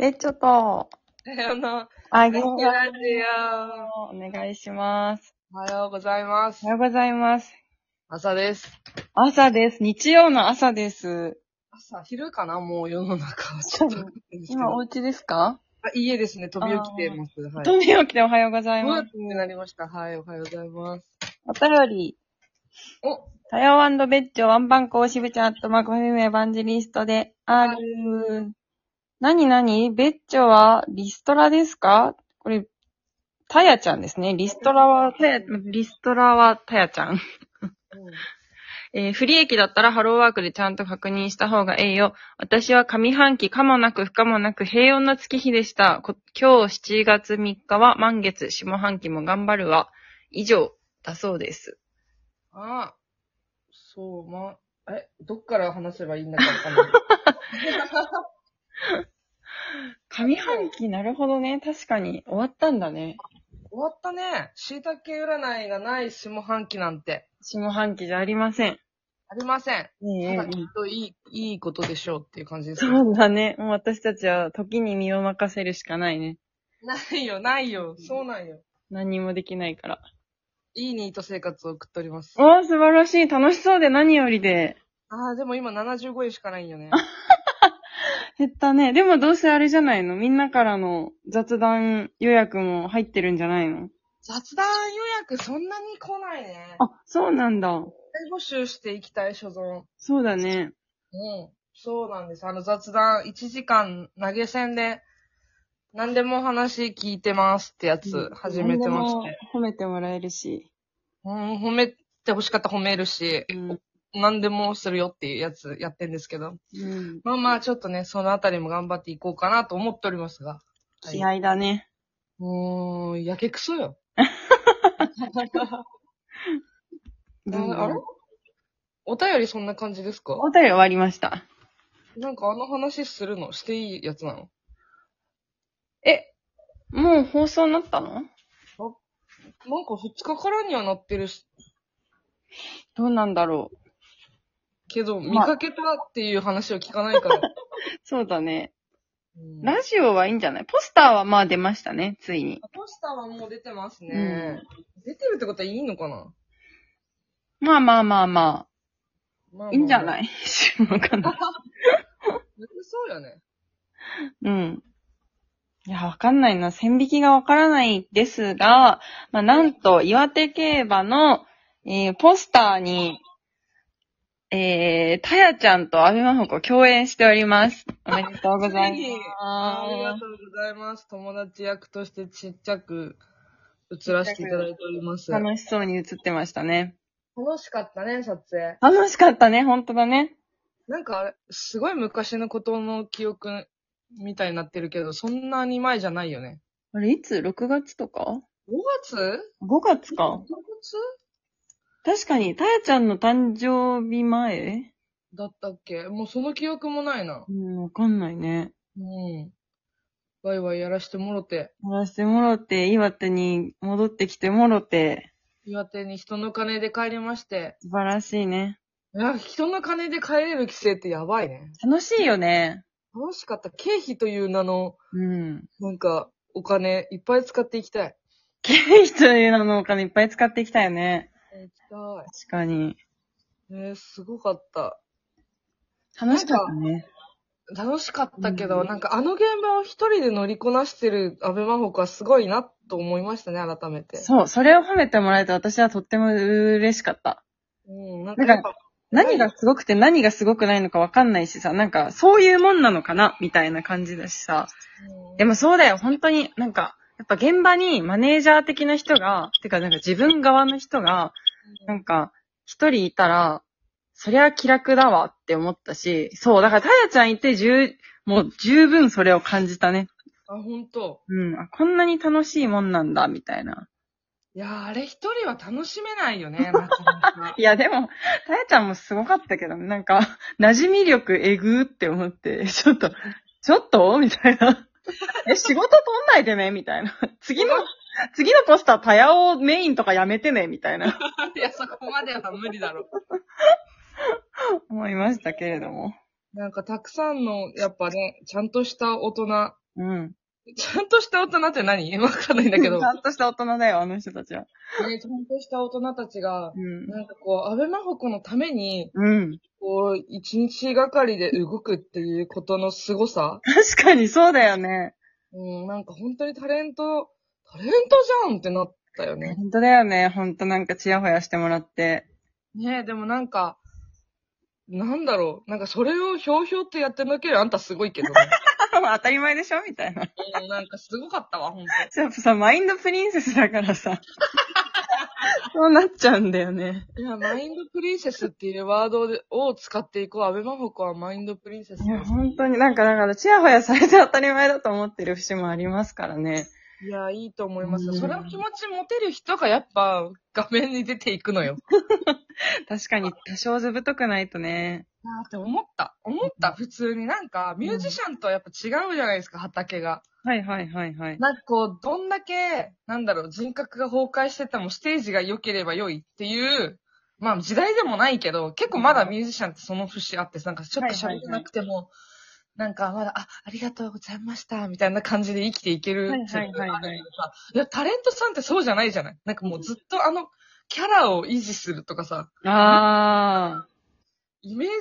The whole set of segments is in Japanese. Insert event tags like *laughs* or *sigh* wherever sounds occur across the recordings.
え、ちょっと、さよなあら。げ元気まラジオ。お願いします。おはようございますおは。ようございます。朝です。朝です。日曜の朝です。朝、昼かなもう世の中はちょっとそう。今今、おあ家ですか、家ですね。飛び起きてます。はい。飛び起きておはようございどうやまっす。てなりましたはい、おはようございます。お便り、お、タヤワンドベッチョワンバンコーシブちゃんとマクフェムエヴァンジェリストで、ある。なになにベッチョはリストラですかこれ、タヤちゃんですね。リストラは、タヤ、リストラはタヤちゃん。 *laughs* えー不利益だったらハローワークでちゃんと確認した方がええよ。私は上半期かもなく不可もなく平穏な月日でした。こ今日7月3日は満月、下半期も頑張るわ。以上、だそうです。あ、そう、ま、え、どっから話せばいいんだかわかんない。上半期、なるほどね。確かに。終わったんだね。終わったね。椎茸占いがない下半期なんて下半期じゃありません。ありません。ただきっうんといい、いいことでしょうっていう感じですね。そうだね。もう私たちは時に身を任せるしかないね。ないよ、ないよ。そうなんよ。何にもできないから。いいニート生活を送っております。おあー、素晴らしい。楽しそうで何よりで。あー、でも今75円しかないんよね。減ったね。でもどうせあれじゃないのみんなからの雑談予約も入ってるんじゃないの雑談予約そんなに来ないね。あ、そうなんだ。大募集していきたい所存。そうだね。うん。そうなんです。あの雑談1時間投げ銭で何でも話聞いてますってやつ始めてまし何でて。も褒めてもらえるし。うん、褒めて欲しかったら褒めるし、うん。何でもするよっていうやつやってんですけど。うん。まあまあちょっとね、そのあたりも頑張っていこうかなと思っておりますが。はい気合だね。もう、やけくそよ。うんああれお便りそんな感じですかお便り終わりました。なんかあの話するのしていいやつ *laughs* なのえ、もう放送になったのなんか二日からにはなってるし、どうなんだろう。けど、見まあかけたっていう話を聞か *laughs* ないから。そうだね。うんラジオはいいんじゃないポスターはまあ出ましたね、ついに。ポスターはもう出てますね。出てるってことはいいのかなまあまあまあままああ。いいんじゃいない知らんかな。そうよね。 *laughs* うん。いや、わかんないな。線引きがわからないですが、まあ、なんと、岩手競馬の、えーポスターに、えー、たやちゃんと阿部真帆子共演しております。おめでとうござい *laughs* ついにまありがす。とうございます。友達役としてちっちゃく映らせていただいております。楽楽しそうに映ってましたね。しかったね、撮影。楽しかったね、本当だね。なんかあれ、すごい昔のことの記憶みたいになってるけど、そんなに前じゃないよね。あれ、いつ ?6 月とか5月 ?5 月 ?5 か月。確かに、たやちゃんの誕生日前だったっけもうその記憶もないなう。ん、わかんないね。うん。ワイワイやらしてもろて、やらしてもろって、岩手に戻ってきてもろて、岩手に人の金で帰りまして。素晴らしいね。いや、人の金で帰れる規制ってやばいね。楽しいよね。楽しかった。経費という名の、うん。なんか、お金いっぱい使っていきたい。経費という名のお金いっぱい使ってきたよね。行きた確かに。い。ねすごかった。楽しかったね。楽しかったけど、うんなんかあの現場を一人で乗りこなしてる安倍真帆子はすごいなと思いましたね、改めて。そう、それを褒めてもらえて私はとっても嬉しかった。うん、なんなかんか何がすごくて何がすごくないのかわかんないしさ、なんかそういうもんなのかなみたいな感じだしさ。でも、もそうだよ、本当になんか、やっぱ現場にマネージャー的な人が、てかなんか自分側の人が、なんか、一人いたら、そりゃ気楽だわって思ったし、そう、だからたやちゃんいて十、もう十分それを感じたね。あ、ほんと。うん、あこんなに楽しいもんなんだ、みたいな。いやー、あれ一人は楽しめないよね、なかなかいや、でも、たやちゃんもすごかったけどね、なんか、馴染み力えぐーって思って、ちょっと、ちょっとみたいな。 *laughs* え、仕事取んないでねみたいな。次の、次のポスター、たやをメインとかやめてねみたいな。いや、そこまでは無理だろ。思いましたけれども。なんかたくさんの、やっぱね、ちゃんとした大人、うん。ちゃんとした大人って何 *laughs* わかんないんだけど。ちゃんとした大人だよ、あの人たちは。ね、ちゃんとした大人たちが、うん。なんかこう、安倍真帆子のために、うん。こう、一日がかりで動くっていうことの凄さ。確かにそうだよね。うん、なんか本当にタレント、タレントじゃんってなったよね。本当だよね。本当なんかチヤホヤしてもらって。 *laughs* ねえ、でもなんか、なんだろう。なんかそれをひょうひょうとやってのけるあんたすごいけどね。当たり前でしょみたいな。うん、なんかすごかったわ、本やっぱさ、マインドプリンセスだから *laughs* さ。そうなっちゃうんだよね。当。いや、マインドプリンセスっていうワードを使っていこう。安倍真帆子はマインドプリンセスいや、です。本当になんかだから、チヤホヤされて当たり前だと思ってる節もありますからね。いや、いいと思いますよ。うんそれの気持ち持てる人がやっぱ画面に出ていくのよ。確かに多少ずぶとくないとね。あーって思った。思った、普通に。なんか、ミュージシャンとはやっぱ違うじゃないですか、畑が。はいはいはいはい。なんかこう、どんだけ、なんだろう、人格が崩壊しててもステージが良ければ良いっていう、まあ時代でもないけど、結構まだミュージシャンってその節あって、なんかちょっと喋れなくても、なんかまだ、あ、ありがとうございました、みたいな感じで生きていけるはいはいはいはい世界があるけどさいや、タレントさんってそうじゃないじゃないなんかもうずっとあの、キャラを維持するとかさ、あイメージ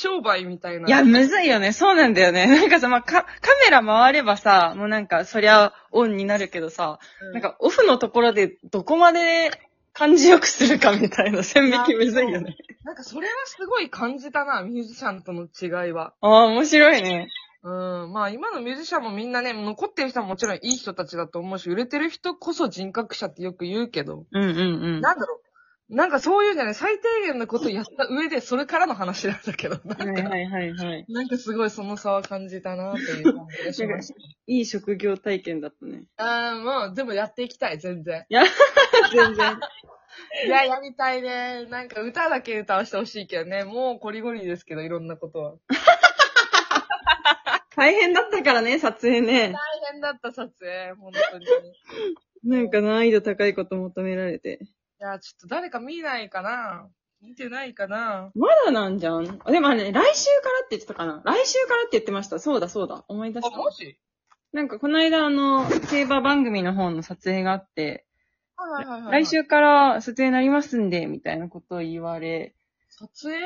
商売みたいな。ー。いや、むずいよね。そうなんだよね。なんかさ、まあ、カカメラ回ればさ、もうなんか、そりゃ、オンになるけどさ、うんなんか、オフのところで、どこまで感じよくするかみたいな線引きむずいよね。なんかそれはすごい感じたな、ミュージシャンとの違いは。ああー、面白いね。うん。まあ今のミュージシャンもみんなね、残ってる人はもちろんいい人たちだと思うし、売れてる人こそ人格者ってよく言うけど、うんうんうん。なんだろう。なんかそういうんじゃない、最低限のことをやった上で、それからの話なんだけど、なんか、はいはいはいはい。なんかすごいその差は感じたな、という感じがし *laughs* ましいい職業体験だったね。た。あーもう、でもやっていきたい、全然。全然。 *laughs* いや、やりたいね。なんか歌だけ歌わせてほしいけどね、もうこりごりですけど、いろんなことは。大変だったからね、撮影ね。大変だった撮影、本当に。なんか難易度高いこと求められて。いや、ちょっと誰か見ないかな見てないかなまだなんじゃん。でもあれね、来週からって言ってたかな。来週からって言ってました。そうだそうだ。思い出しあ、もた。しなんかこの間あの、競馬番組の方の撮影があって、はいはいはいはい。来週から撮影になりますんで、みたいなことを言われ、撮影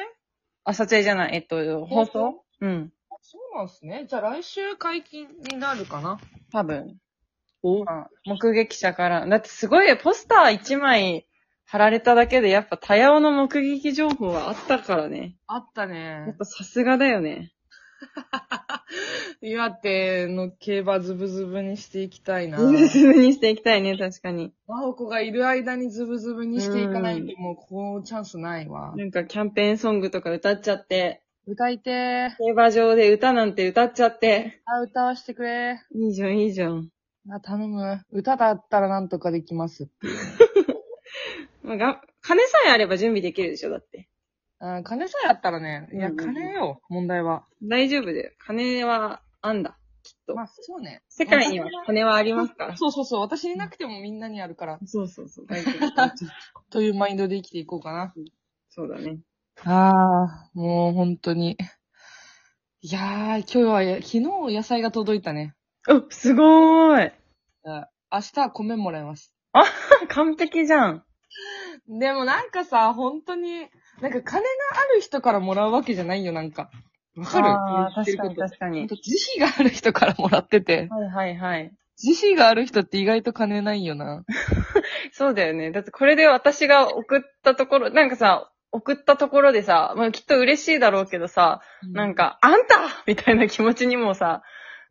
あ、撮影じゃない、えっと、放放送うん。あそうなんすね。じゃあ来週解禁になるかな多分。おまあ目撃者から。だってすごいよポスター1枚貼られただけで、やっぱ多様の目撃情報があったからね。あったやっね。ぱさすがだよね。岩手の競馬ズブズブにしていきたい *laughs* な。ズブズブにしていきたいね、確かに。真帆子がいる間にズブズブにしていかないともうこのチャンスないわ。なんかキャンペーンソングとか歌っちゃって、歌いてー。競馬場で歌なんて歌っちゃって。あ、歌わしてくれー。いいじゃん、いいじゃん。あ、頼む。歌だったらなんとかできます。まあ、が、金さえあれば準備できるでしょ、だって。あ金さえあったらね。いや、うんうんうん金よ、問題は。大丈夫だよ。金はあんだ。そうまあ、そうね。世界 *laughs* には金はありますから。そうそうそう。私になくてもみんなにあるから。そうそうそう。大丈 *laughs* 夫。というマインドで生きていこうかな。そうだね。ああ、もう本当に。いやー、今日はや、昨日野菜が届いたね。お、すごーい。あ明日は米もらいます。完璧じゃん。でもなんかさ、本当に、なんか金がある人からもらうわけじゃないよ、なんか。わかるああ、言って確かることに確かほんに。と慈悲がある人からもらって *laughs* て。はいはいはい。慈悲がある人って意外と金ないよな。そうだよね。だってこれで私が送ったところ、なんかさ、送ったところでさ、まあきっと嬉しいだろうけどさ、なんか、あんたみたいな気持ちにもさ、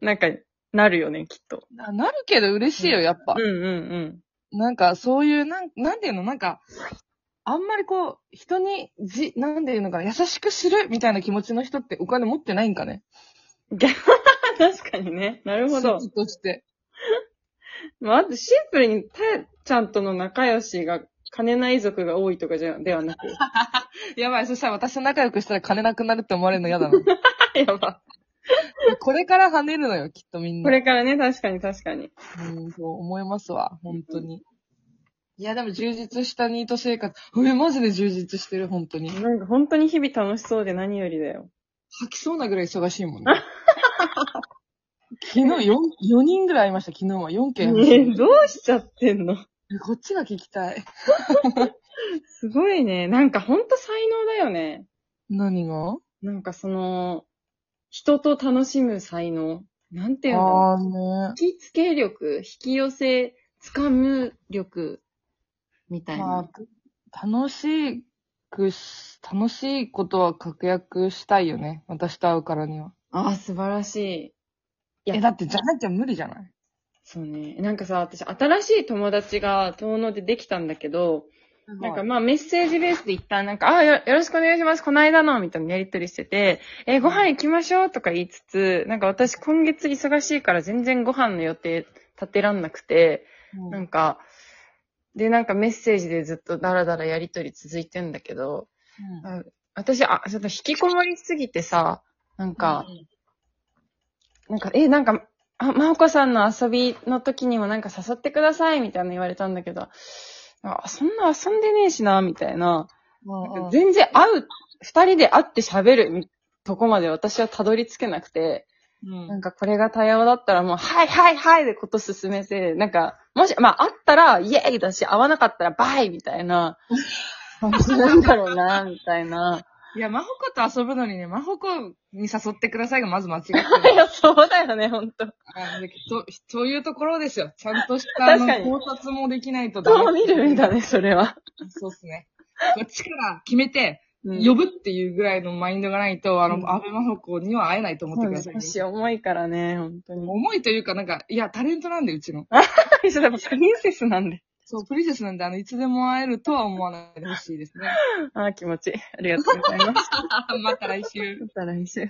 なんか、なるよね、きっと。な、なるけど嬉しいよ、やっぱ。うんうんなんか、そういう、なん、なんていうの、なんか、あんまりこう、人に、じ、なんていうのかな、優しくするみたいな気持ちの人ってお金持ってないんかね。うん。逆確かにね。なるほど。人として。まあ、あとシンプルに、たやちゃんとの仲良しが、金ない族が多いとかじゃ、ではなく。やばい、そしたら私と仲良くしたら金なくなるって思われるの嫌だな。 *laughs* やば。これから跳ねるのよ、きっとみんな。これからね、確かに確かに。うん、そう思いますわ、本当に。いや、でも充実したニート生活。え、マジで充実してる、本当に。なんか本当に日々楽しそうで何よりだよ。 *laughs* 吐きそうなぐらい忙しいもんね。昨日4、4人ぐらい会いました、昨日は。4件。ねえどうしちゃってんのこっちが聞きたい。すごいね。なんかほんと才能だよね。何がなんかその、人と楽しむ才能。なんていうのあーね。引きつけ力、引き寄せ、掴む力、みたいまな。あ、楽しくし、楽しいことは確約したいよね。私と会うからには。ああ、素晴らしい。いやえ、だってじゃなきゃ無理じゃないそうね。なんかさ、私、新しい友達が遠野でできたんだけど、なんかまあメッセージベースで一旦なんか、あ、よよろしくお願いします、この間の、みたいなやりとりしてて、えーご飯行きましょうとか言いつつ、なんか私今月忙しいから全然ご飯の予定立てらんなくて、うんなんか、で、なんかメッセージでずっとダラダラやりとり続いてんだけど、あ私、あ、ちょっと引きこもりすぎてさ、なんか、なんか、え、なんか、あ、まほこさんの遊びの時にもなんか誘ってくださいみたいな言われたんだけど、あそんな遊んでねえしな、みたいな。うんうん全然会う、二人で会って喋るみとこまで私はたどり着けなくて、うんなんかこれが多様だったらもう、はいはいはいでこと進めて、なんか、もし、まあ、会ったらイエーイだし、会わなかったらバイみたいな、感じなんだろうな、みたいな。いや、まほこと遊ぶのにね、まほこに誘ってくださいがまず間違って *laughs* いる。 *laughs* や、そうだよね、ほんと。あでとそういうところですよ。ちゃんとしたあ確のかに考察もできないとダメどう見る目だね、それは。そうっすね。こっちから決めて、うん呼ぶっていうぐらいのマインドがないと、あうんの、安倍真帆子には会えないと思ってくださいね。腰重いからね、本当に。重いというか、なんか、いや、タレントなんで、うちの。最初でもプリンセスなんで。そう、プリンセスなんで、あの、いつでも会えるとは思 *laughs* わないでほしいですね。ああ、気持ちいい。ありがとうございます。 *laughs* また来週。また来週。